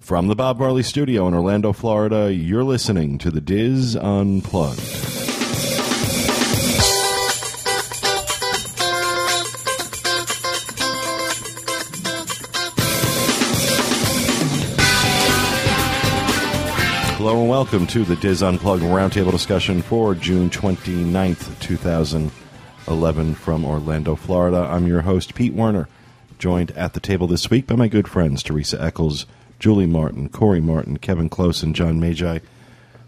From the Bob Marley Studio in Orlando, Florida, you're listening to The Diz Unplugged. Hello and welcome to the Diz Unplugged Roundtable discussion for June 29th, 2011, from Orlando, Florida. I'm your host, Pete Werner, joined at the table this week by my good friends Teresa Eccles, Julie Martin, Corey Martin, Kevin Close, and John Magi,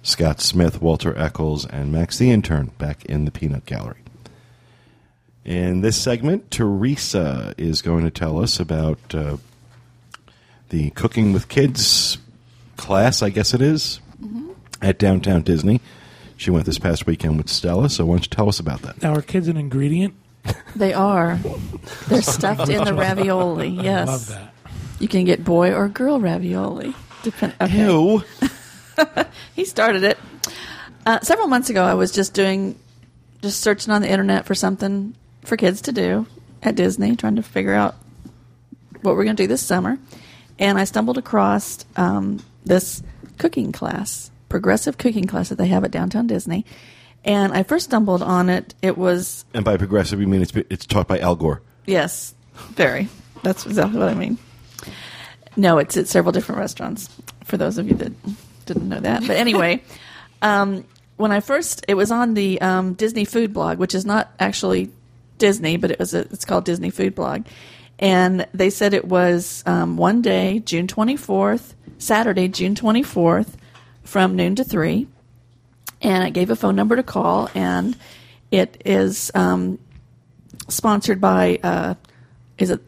Scott Smith, Walter Eccles, and Max the Intern back in the Peanut Gallery. In this segment, Teresa is going to tell us about uh, the Cooking with Kids class, I guess it is, at Downtown Disney. She went this past weekend with Stella, so why don't you tell us about that? Now, are kids an ingredient? They are. They're stuffed in the ravioli. I Yes. love that. You can get boy or girl ravioli. Depend- okay. Ew. He started it. Uh, several months ago, I was just doing, just searching on the internet for something for kids to do at Disney, trying to figure out what we're going to do this summer. And I stumbled across um, this cooking class, progressive cooking class that they have at Downtown Disney. And I first stumbled on it. It was And by progressive, you mean it's, it's taught by Al Gore. Yes, very. That's exactly what I mean. No, it's at several different restaurants. For those of you that didn't know that, but anyway, um, when I first, it was on the um, Disney Food Blog, which is not actually Disney, but it was a, it's called Disney Food Blog, and they said it was um, one day, June twenty fourth, Saturday, June twenty fourth, from noon to three and it gave a phone number to call and it is um, sponsored by uh, is it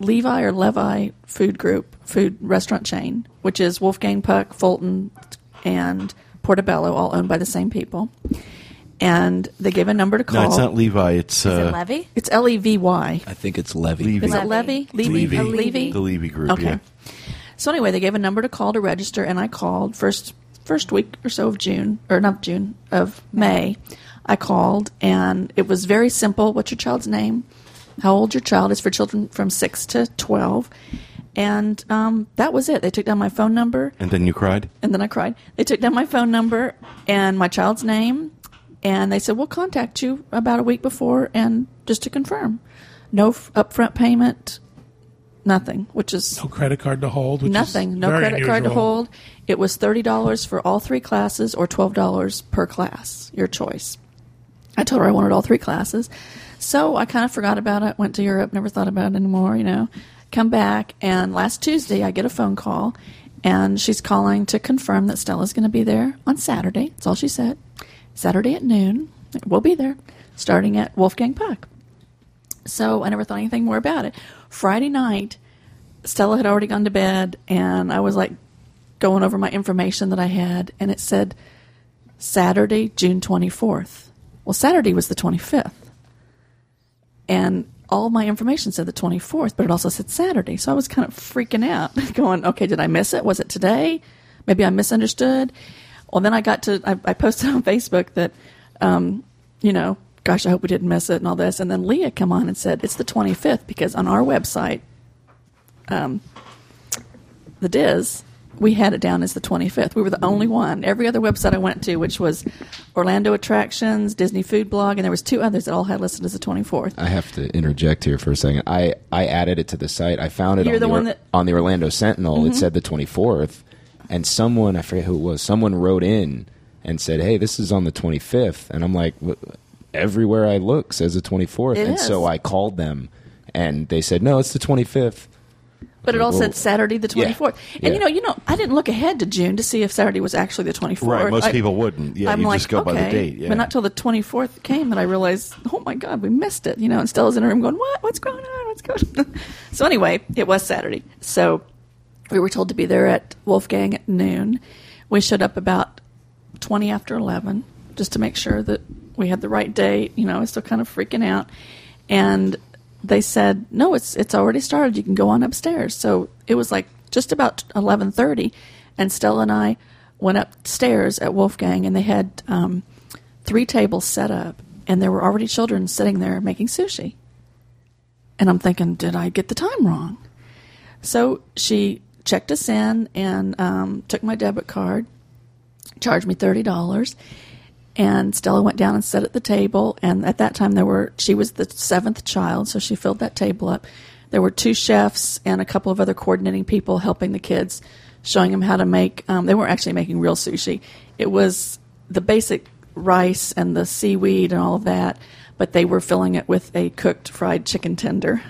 levi or levi food group food restaurant chain which is wolfgang puck fulton and portobello all owned by the same people and they gave a number to call No, it's not Levi. It's Is uh, it Levy? it's l-e-v-y I think it's Levy. Levy. is it levy Levy. levy, levy? the Levy Group. Okay. Yeah. So anyway, they gave a number to call to register, and I called first first week or so of June, or not June of May. I called, and it was very simple. What's your child's name? How old your child is for children from six to twelve, and um, that was it. They took down my phone number, And then you cried. and then I cried. They took down my phone number and my child's name, and they said, We'll contact you about a week before and just to confirm. No f- upfront payment, nothing, which is No Oh, credit card to hold. Which is nothing. No very credit card to unusual. hold. It was $30 for all three classes or $12 per class, your choice. I told her I wanted all three classes. So I kind of forgot about it, went to Europe, never thought about it anymore, you know. Come back, and last Tuesday I get a phone call, and she's calling to confirm that Stella's going to be there on Saturday. That's all she said. Saturday at noon, we'll be there, starting at Wolfgang Puck. So I never thought anything more about it. Friday night, Stella had already gone to bed, and I was like going over my information that I had, and it said Saturday, June 24th. Well, Saturday was the 25th, and all my information said the 24th, but it also said Saturday. So I was kind of freaking out, going, okay, did I miss it? Was it today? Maybe I misunderstood. Well, then I got to, I, I posted on Facebook that, um, you know, gosh, I hope we didn't miss it and all this. And then Leah come on and said, it's the 25th because on our website, um, the Diz, we had it down as the 25th. We were the only one. Every other website I went to, which was Orlando Attractions, Disney Food Blog, and there was two others that all had listed as the 24th. I have to interject here for a second. I, I added it to the site. I found it You're on the the, one Or- that- Mm-hmm. on the Orlando Sentinel. It said the 24th, and someone I forget who it was. Someone wrote in and said, "Hey, this is on the 25th," and I'm like, "Wh- "Everywhere I look says the 24th," It and is. so I called them, and they said, "No, it's the 25th." But it all Well, said Saturday the 24th. yeah. And you know, you know, I didn't look ahead to June to see if Saturday was actually the 24th. Right, most I- people wouldn't. Yeah, I'm you like, just go by the okay. date, yeah. But not till the 24th came that I realized, oh my God, we missed it. You know, and Stella's in her room going, what? What's going on? What's going on? so anyway, it was Saturday. So we were told to be there at Wolfgang at noon. We showed up about 20 after 11 just to make sure that we had the right date. You know, I was still kind of freaking out. And they said, "No, it's it's already started. You can go on upstairs." So it was like just about 11:30 and Stella and I went upstairs at Wolfgang and they had um, three tables set up and there were already children sitting there making sushi. And I'm thinking, "Did I get the time wrong?" So she checked us in and um, took my debit card, charged me thirty dollars, and Stella went down and sat at the table. And at that time, there were she was the seventh child, so she filled that table up. There were two chefs and a couple of other coordinating people helping the kids, showing them how to make. Um, they weren't actually making real sushi. It was the basic rice and the seaweed and all of that, but they were filling it with a cooked fried chicken tender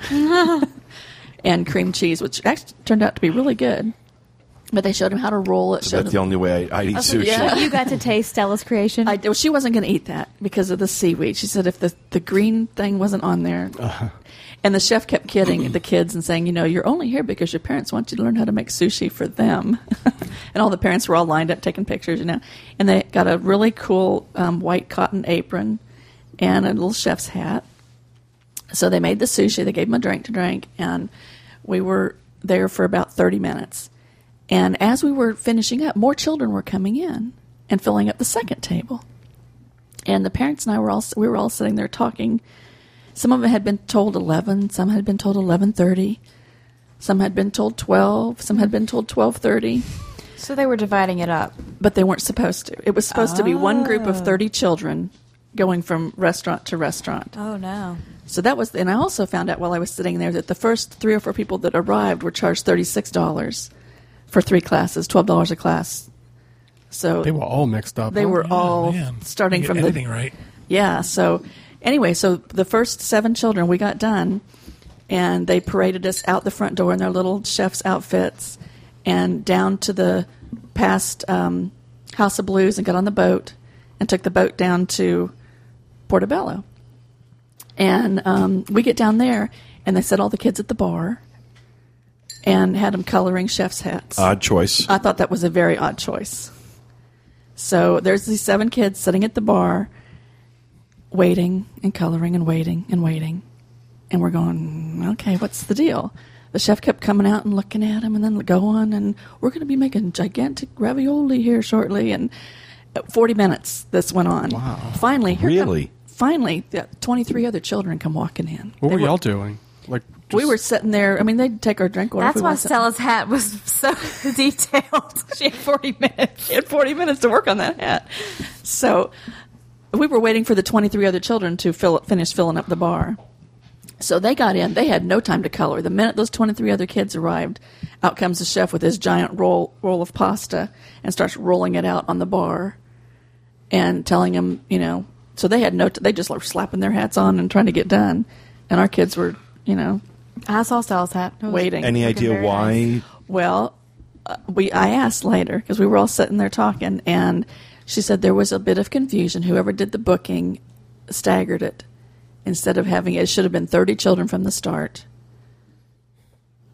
and cream cheese, which actually turned out to be really good. But they showed him how to roll it. showed That's him- the only way I, I eat sushi. yeah. you got to taste Stella's creation. I, well, she wasn't going to eat that because of the seaweed. She said if the, the green thing wasn't on there. And the chef kept kidding the kids and saying, you know, you're only here because your parents want you to learn how to make sushi for them. and all the parents were all lined up taking pictures, you know. And they got a really cool um, white cotton apron and a little chef's hat. So they made the sushi. They gave him a drink to drink, and we were there for about thirty minutes. And as we were finishing up, more children were coming in and filling up the second table. And the parents and I were all we were all sitting there talking. Some of them had been told eleven. Some had been told eleven thirty. Some had been told twelve. Some had been told twelve thirty so they were dividing it up. but they weren't supposed to. It was supposed to be one group of 30 children going from restaurant to restaurant. Oh no. So that was, and I also found out while I was sitting there that the first three or four people that arrived were charged $36 for three classes, $12 a class. So They were all mixed up. They huh? were all Man, starting you get from the anything, right? yeah. So anyway, so the first seven children we got done, and they paraded us out the front door in their little chef's outfits, and down to the past um, House of Blues, and got on the boat, and took the boat down to Portobello, and um, we get down there, and they set all the kids at the bar, and had them coloring chef's hats. Odd choice. I thought that was a very odd choice. So there's these seven kids sitting at the bar, waiting and coloring and waiting and waiting. And we're going, okay, what's the deal? The chef kept coming out and looking at him and then going, and we're going to be making gigantic ravioli here shortly. And uh, 40 minutes this went on. Wow. Finally, here come- Really? finally, yeah, 23 other children come walking in. What They were y'all doing? Like just, we were sitting there. I mean, they'd take our drink order. if we That's why wanted something. Stella's hat was so detailed. she had forty minutes. She had 40 minutes to work on that hat. So we were waiting for the 23 other children to fill, finish filling up the bar. So they got in. They had no time to color. The minute those 23 other kids arrived, out comes the chef with his giant roll, roll of pasta and starts rolling it out on the bar and telling them, you know. So they had no, t- they just were slapping their hats on and trying to get done. And our kids were, you know, I saw Stella's hat. It was- waiting. Any Looking idea very why? Well, uh, we I asked later because we were all sitting there talking, and she said there was a bit of confusion. Whoever did the booking staggered it instead of having it should have been thirty children from the start,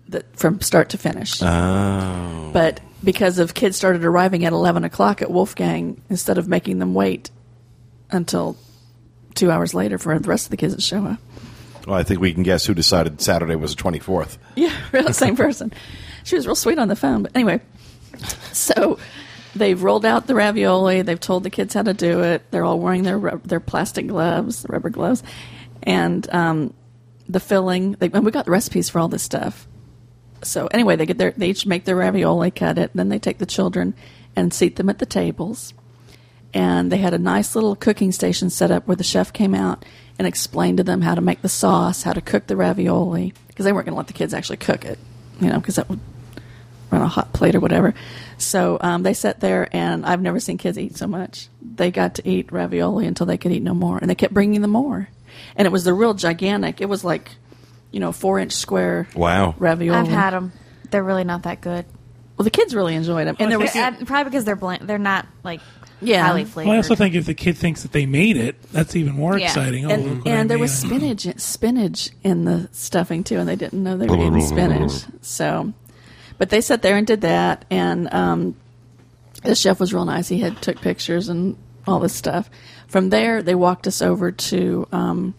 that from start to finish. Oh. But because of kids started arriving at eleven o'clock at Wolfgang instead of making them wait until two hours later for the rest of the kids to show up. Well, I think we can guess who decided Saturday was the 24th. Yeah, real same person. She was real sweet on the phone, but anyway. So they've rolled out the ravioli. They've told the kids how to do it. They're all wearing their rub- their plastic gloves, rubber gloves, and um, the filling. They, and we got the recipes for all this stuff. So anyway, they get their they each make their ravioli, cut it, then they take the children and seat them at the tables and they had a nice little cooking station set up where the chef came out and explained to them how to make the sauce, how to cook the ravioli, because they weren't going to let the kids actually cook it, you know, because that would run a hot plate or whatever. So um, they sat there, and I've never seen kids eat so much. They got to eat ravioli until they could eat no more, and they kept bringing them more. And it was the real gigantic. It was like, you know, four inch square Wow. ravioli. I've had them. They're really not that good. Oh. Well, the kids really enjoyed them, and there was They're- uh, probably because they're bland. They're not like Yeah. Well, highly I flavored. Well, I also think if the kid thinks that they made it, that's even more Yeah. exciting. Oh, and, look what I and there was made. spinach spinach in the stuffing too, and they didn't know they were eating spinach. So, but they sat there and did that, and um, the chef was real nice. He had took pictures and all this stuff. From there, they walked us over to. Um,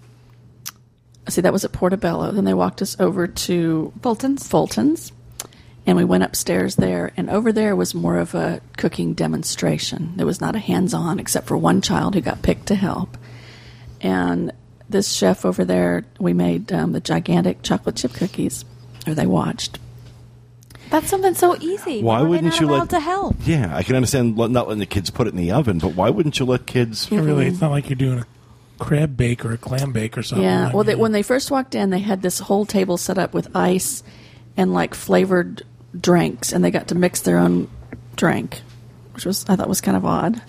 see, that was at Portobello. Then they walked us over to Fulton's? Fulton's, and we went upstairs there. And over there was more of a cooking demonstration. There was not a hands-on, except for one child who got picked to help. And this chef over there, we made um, the gigantic chocolate chip cookies, or they watched. That's something so easy. Why Were they wouldn't not you let- allowed to help? Yeah, I can understand lo- not letting the kids put it in the oven, but why wouldn't you let kids? Yeah, really, it's not like you're doing a crab bake or a clam bake or Oh, something. Yeah. I Well, they, mean, when they first walked in, they had this whole table set up with ice and like flavored drinks, and they got to mix their own drink, which was I thought was kind of odd.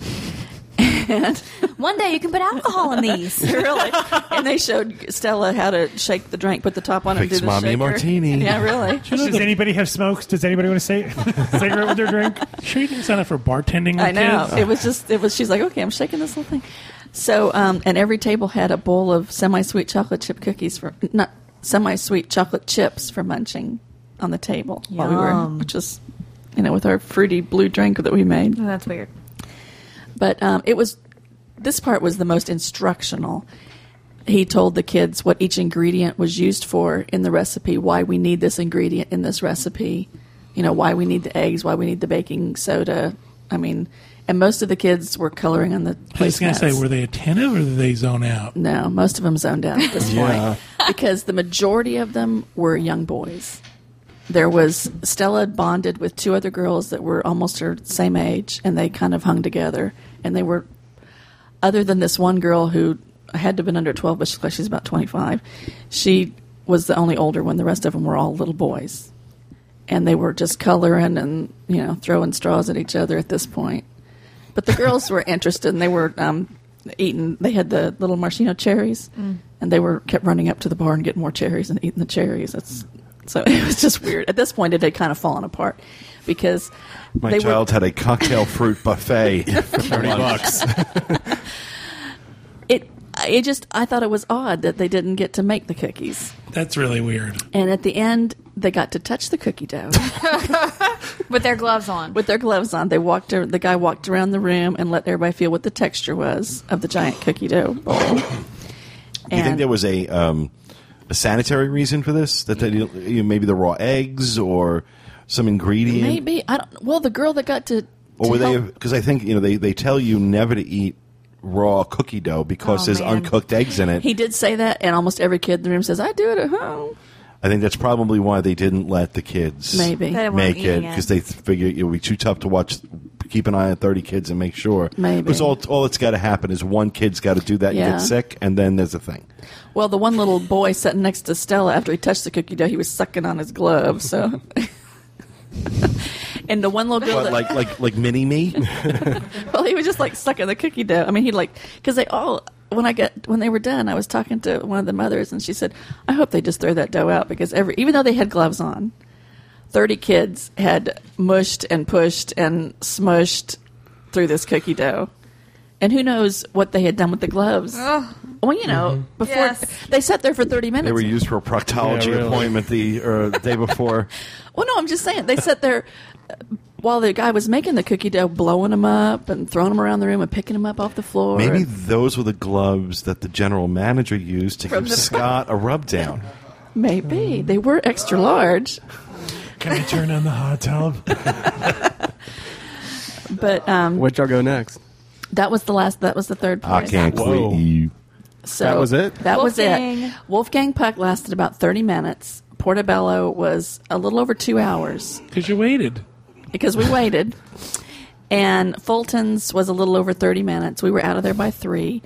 And One day you can put alcohol in these. really, and they showed Stella how to shake the drink, put the top on it, and Fix do the mommy a shaker. martini. Yeah, really. Does anybody have smokes? Does anybody want to say cigarette with their drink? sure you didn't sign up for bartending. With I know. Kids? It was just it was she's like, Okay, I'm shaking this whole thing. So um and every table had a bowl of semi sweet chocolate chip cookies for not semi sweet chocolate chips for munching on the table while we were Yum. which was you know, with our fruity blue drink that we made. That's weird. But um it was this part was the most instructional. He told the kids what each ingredient was used for in the recipe, why we need this ingredient in this recipe, you know, why we need the eggs, why we need the baking soda. I mean, and most of the kids were coloring on the I was going to say, placemats. were they attentive or did they zone out? No, most of them zoned out at this Yeah. point because the majority of them were young boys. There was Stella had bonded with two other girls that were almost her same age, and they kind of hung together. And they were, other than this one girl who had to have been under twelve, but she, she's about twenty five. She was the only older one. The rest of them were all little boys, and they were just coloring and you know throwing straws at each other at this point. But the girls were interested, and they were um, eating. They had the little maraschino cherries, and they were kept running up to the bar and getting more cherries and eating the cherries. That's so it was just weird. At this point, it had kind of fallen apart because My they child were, had a cocktail fruit buffet. Thirty bucks. it. It just I thought it was odd that they didn't get to make the cookies, That's really weird. and at the end they got to touch the cookie dough. With their gloves on. with their gloves on. They walked. ar- The guy walked around the room and let everybody feel what the texture was of the giant cookie dough bowl. Do you think And- there was a um, a sanitary reason for this? That they, didn't- you know, maybe the raw eggs or some ingredient, Maybe Oh. I don't. Well, the girl that got to, or to were they? help- Because I think you know they, they tell you never to eat raw cookie dough because Oh, there's man. uncooked eggs in it. he did say that, and almost every kid in the room says, "I do it at home." I think that's probably why they didn't let the kids Maybe. They weren't make it eating it. because they th- figure it would be too tough to watch. Keep an eye on thirty kids and make sure. Maybe. because all all that's got to happen is one kid's got to do that and Yeah. get sick, and then there's a thing. Well, the one little boy sitting next to Stella after he touched the cookie dough, he was sucking on his glove. So, and the one little girl, But that, like like like mini me, well, he was just like sucking the cookie dough. I mean, he like because they all when I got when they were done, I was talking to one of the mothers, and she said, "I hope they just throw that dough out because every even though they had gloves on, thirty kids had mushed and pushed and smushed through this cookie dough." And who knows what they had done with the gloves? Well, you know, before Yes. they sat there for thirty minutes. Mm-hmm. they were used for a proctology Yeah, really. appointment the or the day before. Well, no, I'm just saying they sat there uh, while the guy was making the cookie dough, blowing them up and throwing them around the room and picking them up off the floor. Maybe And- those were the gloves that the general manager used to From give the- Scott a rub down. Hmm. maybe they were extra large, Can I turn on the hot tub? but um, Where'd y'all go next? that was the last. That was the third I place. can't Whoa. quit you. So Ah, That was it? That was Wolfgang. it. Wolfgang Puck lasted about 30 minutes. Portobello was a little over two hours Because you waited. because we waited. And Fulton's was a little over 30 minutes. We were out of there by three.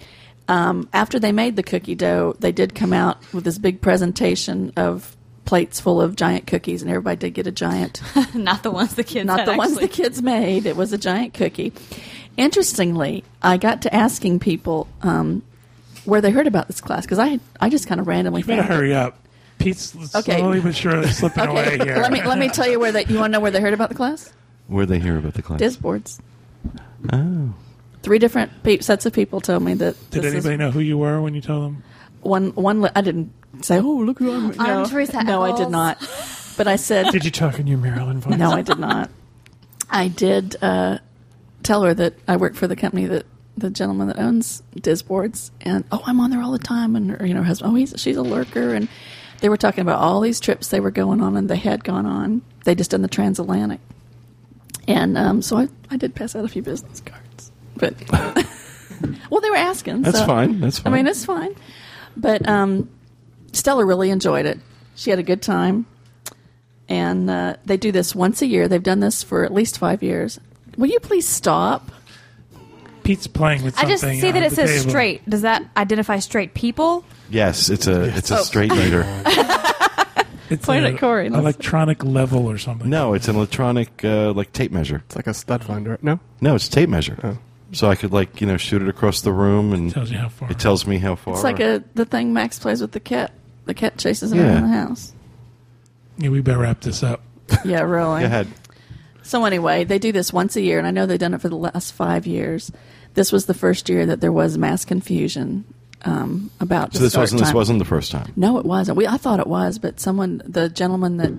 Um, after they made the cookie dough, they did come out with this big presentation of plates full of giant cookies, and everybody did get a giant, not the ones the kids not had the ones the actually. kids made. It was a giant cookie. Interestingly, I got to asking people um, where they heard about this class because I I just kind of randomly You better found it. hurry up. Pete's Okay. slowly but surely slipping Okay, away here. let me let me tell you where they. You want to know where they heard about the class? Where'd they hear about the class? Disboards. Oh. Three different pe- sets of people told me that. Did this is anybody know who you were when you told them? One one. Li- I didn't say. Oh, look who I'm. I'm no. Teresa No, I did Eccles. not. But I said Did you talk in your Maryland voice? no. I did not. I did uh, tell her that I work for the company that the gentleman that owns Disboards, and oh, I'm on there all the time, and her, you know, her husband. Oh, he's she's a lurker, and they were talking about all these trips they were going on and they had gone on. They just done the transatlantic, and um, so I, I did pass out a few business cards, but well, they were asking. That's so- fine. That's I fine. mean, it's fine. But um, Stella really enjoyed it. She had a good time. and uh, they do this once a year. They've done this for at least five years. Will you please stop? Pete's playing with I something. just see on that it the says table. straight. Does that identify straight people? Yes, it's a it's a straight meter. It's Point a at Corey. Electronic level or something. No, it's an electronic uh, like tape measure. It's like a Mm. stud finder. No? No, it's a tape measure. Oh. So I could like you know shoot it across the room and tells you how far. it tells me how far. It's like a the thing Max plays with the cat. The cat chases him Yeah. around the house. Yeah, we better wrap this up. Yeah, really. Go ahead. So anyway, they do this once a year, and I know they've done it for the last five years. This was the first year that there was mass confusion um, about. So the this start wasn't this time. wasn't the first time. No, it wasn't. We I thought it was, but someone, the gentleman that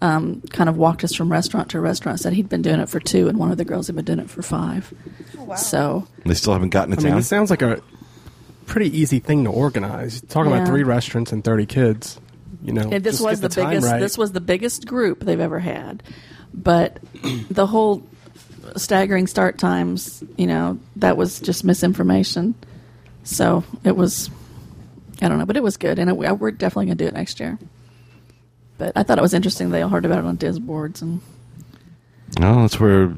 um, kind of walked us from restaurant to restaurant, said he'd been doing it for two, and one of the girls had been doing it for five. wow. So They still haven't gotten it I mean, down. this sounds like a pretty easy thing to organize. You're talking Yeah. about three restaurants and 30 kids. You know, And this just was get the, time biggest. right. This was the biggest group they've ever had, but the whole staggering start times. You know, that was just misinformation. So it was. I don't know, but it was good, and it, we're definitely going to do it next year. But I thought it was interesting. They all heard about it on Diz boards, and No, that's where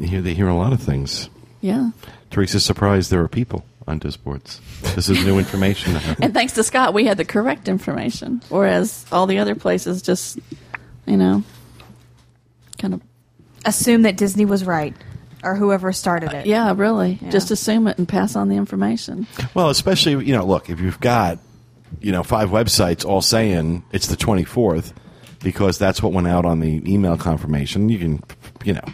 here they hear a lot of things. yeah. Teresa's surprised there are people on Disboards. This is new information. to her. And thanks to Scott, we had the correct information, whereas all the other places just, you know, kind of Assume that Disney was right, or whoever started it. yeah, really, Yeah. just assume it and pass on the information. Well, especially you know, look if you've got you know five websites all saying it's the twenty fourth because that's what went out on the email confirmation. You can you know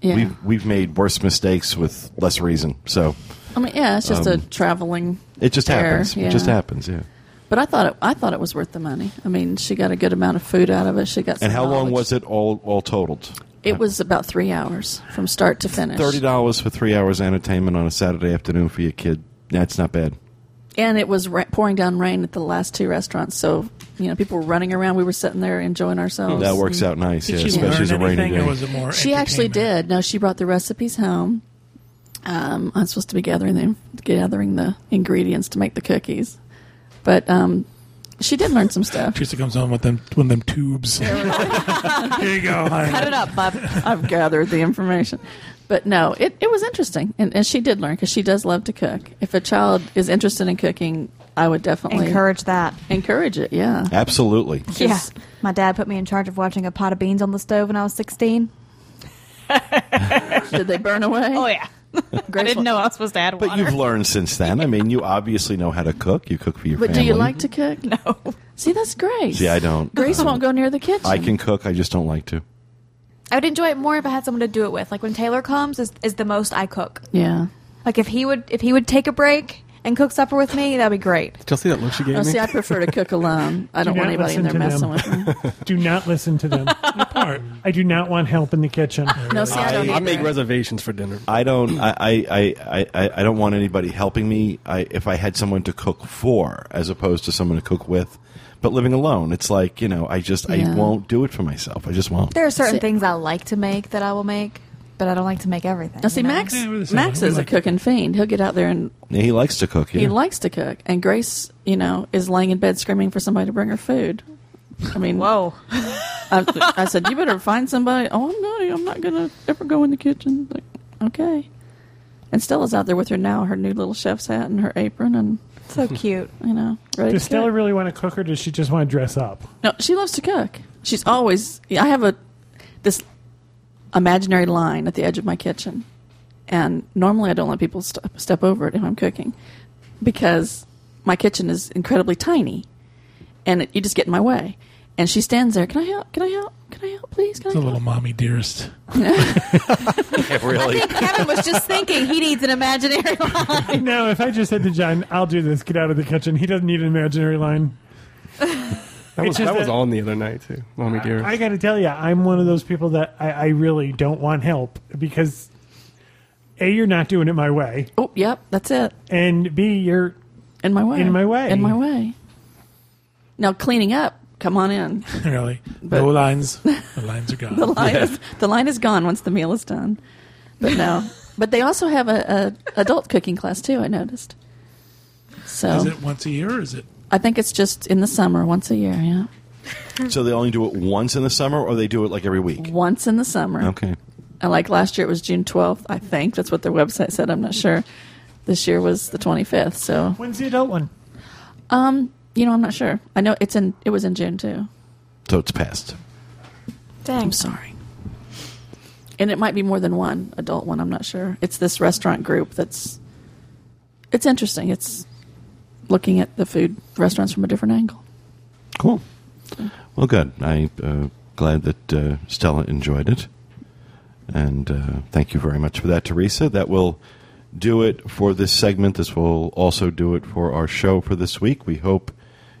Yeah, we've we've made worse mistakes with less reason. So I mean, yeah, it's just a um, traveling. it just error, happens. yeah. It just happens. Yeah. But I thought it, I thought it was worth the money. I mean, she got a good amount of food out of it. She got. Some And how long knowledge. was it all all totaled? It was about three hours from start to finish. Thirty dollars for three hours entertainment on a Saturday afternoon for your kid. That's not bad. and it was ra- pouring down rain at the last two restaurants, so you know people were running around. We were sitting there enjoying ourselves. That works out nice, Did yeah, she especially learn as a rainy anything, day. or was it more? She actually entertainment? did. No, she brought the recipes home. Um, I'm supposed to be gathering the gathering the ingredients to make the cookies, but um, she did learn some stuff. Teresa comes home with them one of them tubes. Here you go. Cut it up, Bob. I've gathered the information, but no, it, it was interesting, and, and she did learn because she does love to cook. If a child is interested in cooking, I would definitely encourage that. encourage it. Yeah, Absolutely. Yeah, Yes. my dad put me in charge of watching a pot of beans on the stove when I was sixteen. did they burn away? Oh, Oh, yeah, I Graceful. I was supposed to add But you've learned since then. I mean, you obviously know how to cook. You cook for your But family. do you like to cook? No. See, that's Grace. See, I don't. Grace Um, won't go near the kitchen. I can cook. I just don't like to. I would enjoy it more if I had someone to do it with. Like when Taylor comes, is is the most I cook. Yeah. Like if he would if he would take a break and cook supper with me, that'd be great. Did you see that look she gave No, me? Oh, see, I prefer to cook alone. I don't Do want not anybody in there listen to messing them. with me. Do not listen to them. Part. I do not want help in the kitchen. No, see, I, don't I, I either. make reservations for dinner. I don't. I, I, I, I, I don't want anybody helping me. I, if I had someone to cook for, as opposed to someone to cook with, but living alone, it's like you know. I just Yeah. I won't do it for myself. I just won't. There are certain See- things I like to make that I will make, but I don't like to make everything. Now, see, you know? Max, Yeah, we're the same. Max We is a like- cooking fiend. He'll get out there and Yeah, he likes to cook. Yeah. he likes to cook. And Grace, you know, is laying in bed screaming for somebody to bring her food. I mean, Whoa. I, I said, you better find somebody. Oh, I'm not. I'm not gonna ever go in the kitchen. Like, okay. And Stella's out there with her now, her new little chef's hat and her apron, and So cute. you know, ready Does to Stella cook. really want to cook or does she just want to dress up? No, she loves to cook. She's always. I have a this imaginary line at the edge of my kitchen, and normally I don't let people step, step over it if I'm cooking, because my kitchen is incredibly tiny, and it, you just get in my way. And she stands there. Can I help? Can I help? Can I help? Please, can It's a I help? little mommy dearest. really. Kevin was just thinking he needs an imaginary line. No, if I just said to John, I'll do this, get out of the kitchen, he doesn't need an imaginary line. That was, just that was that- on the other night, too. Mommy dear. I got to tell you, I'm one of those people that I, I really don't want help because A, you're not doing it my way, Oh, yep, that's it. and B, you're. In my way. In my way. In my way. Now cleaning up. Come on in. really. But- no lines. The lines are gone. The line is the line is gone once the meal is done. But no. but they also have a, a adult cooking class too. I noticed. Is So it once a year? or Is it? I think it's just in the summer, once a year. Yeah. So they only do it once in the summer, or they do it like every week. once in the summer. Okay. And like last year, it was June 12th, I think. That's what their website said. I'm not sure. This year was the 25th. So, When's the adult one? you know, I'm not sure. I know it's in, it was in June too. So it's past. I'm sorry. And it might be more than one adult one. I'm not sure. It's this restaurant group that's. It's interesting. It's looking at the food restaurants from a different angle. Cool. Well, good. I'm uh, glad that uh, Stella enjoyed it. And uh, thank you very much for that, Teresa. That will do it for this segment. This will also do it for our show for this week. We hope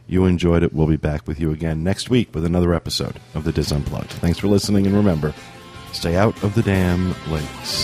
you enjoyed it. We'll be back with you again next week with another episode of the Disunplugged. Thanks for listening, and remember, stay out of the damn lakes.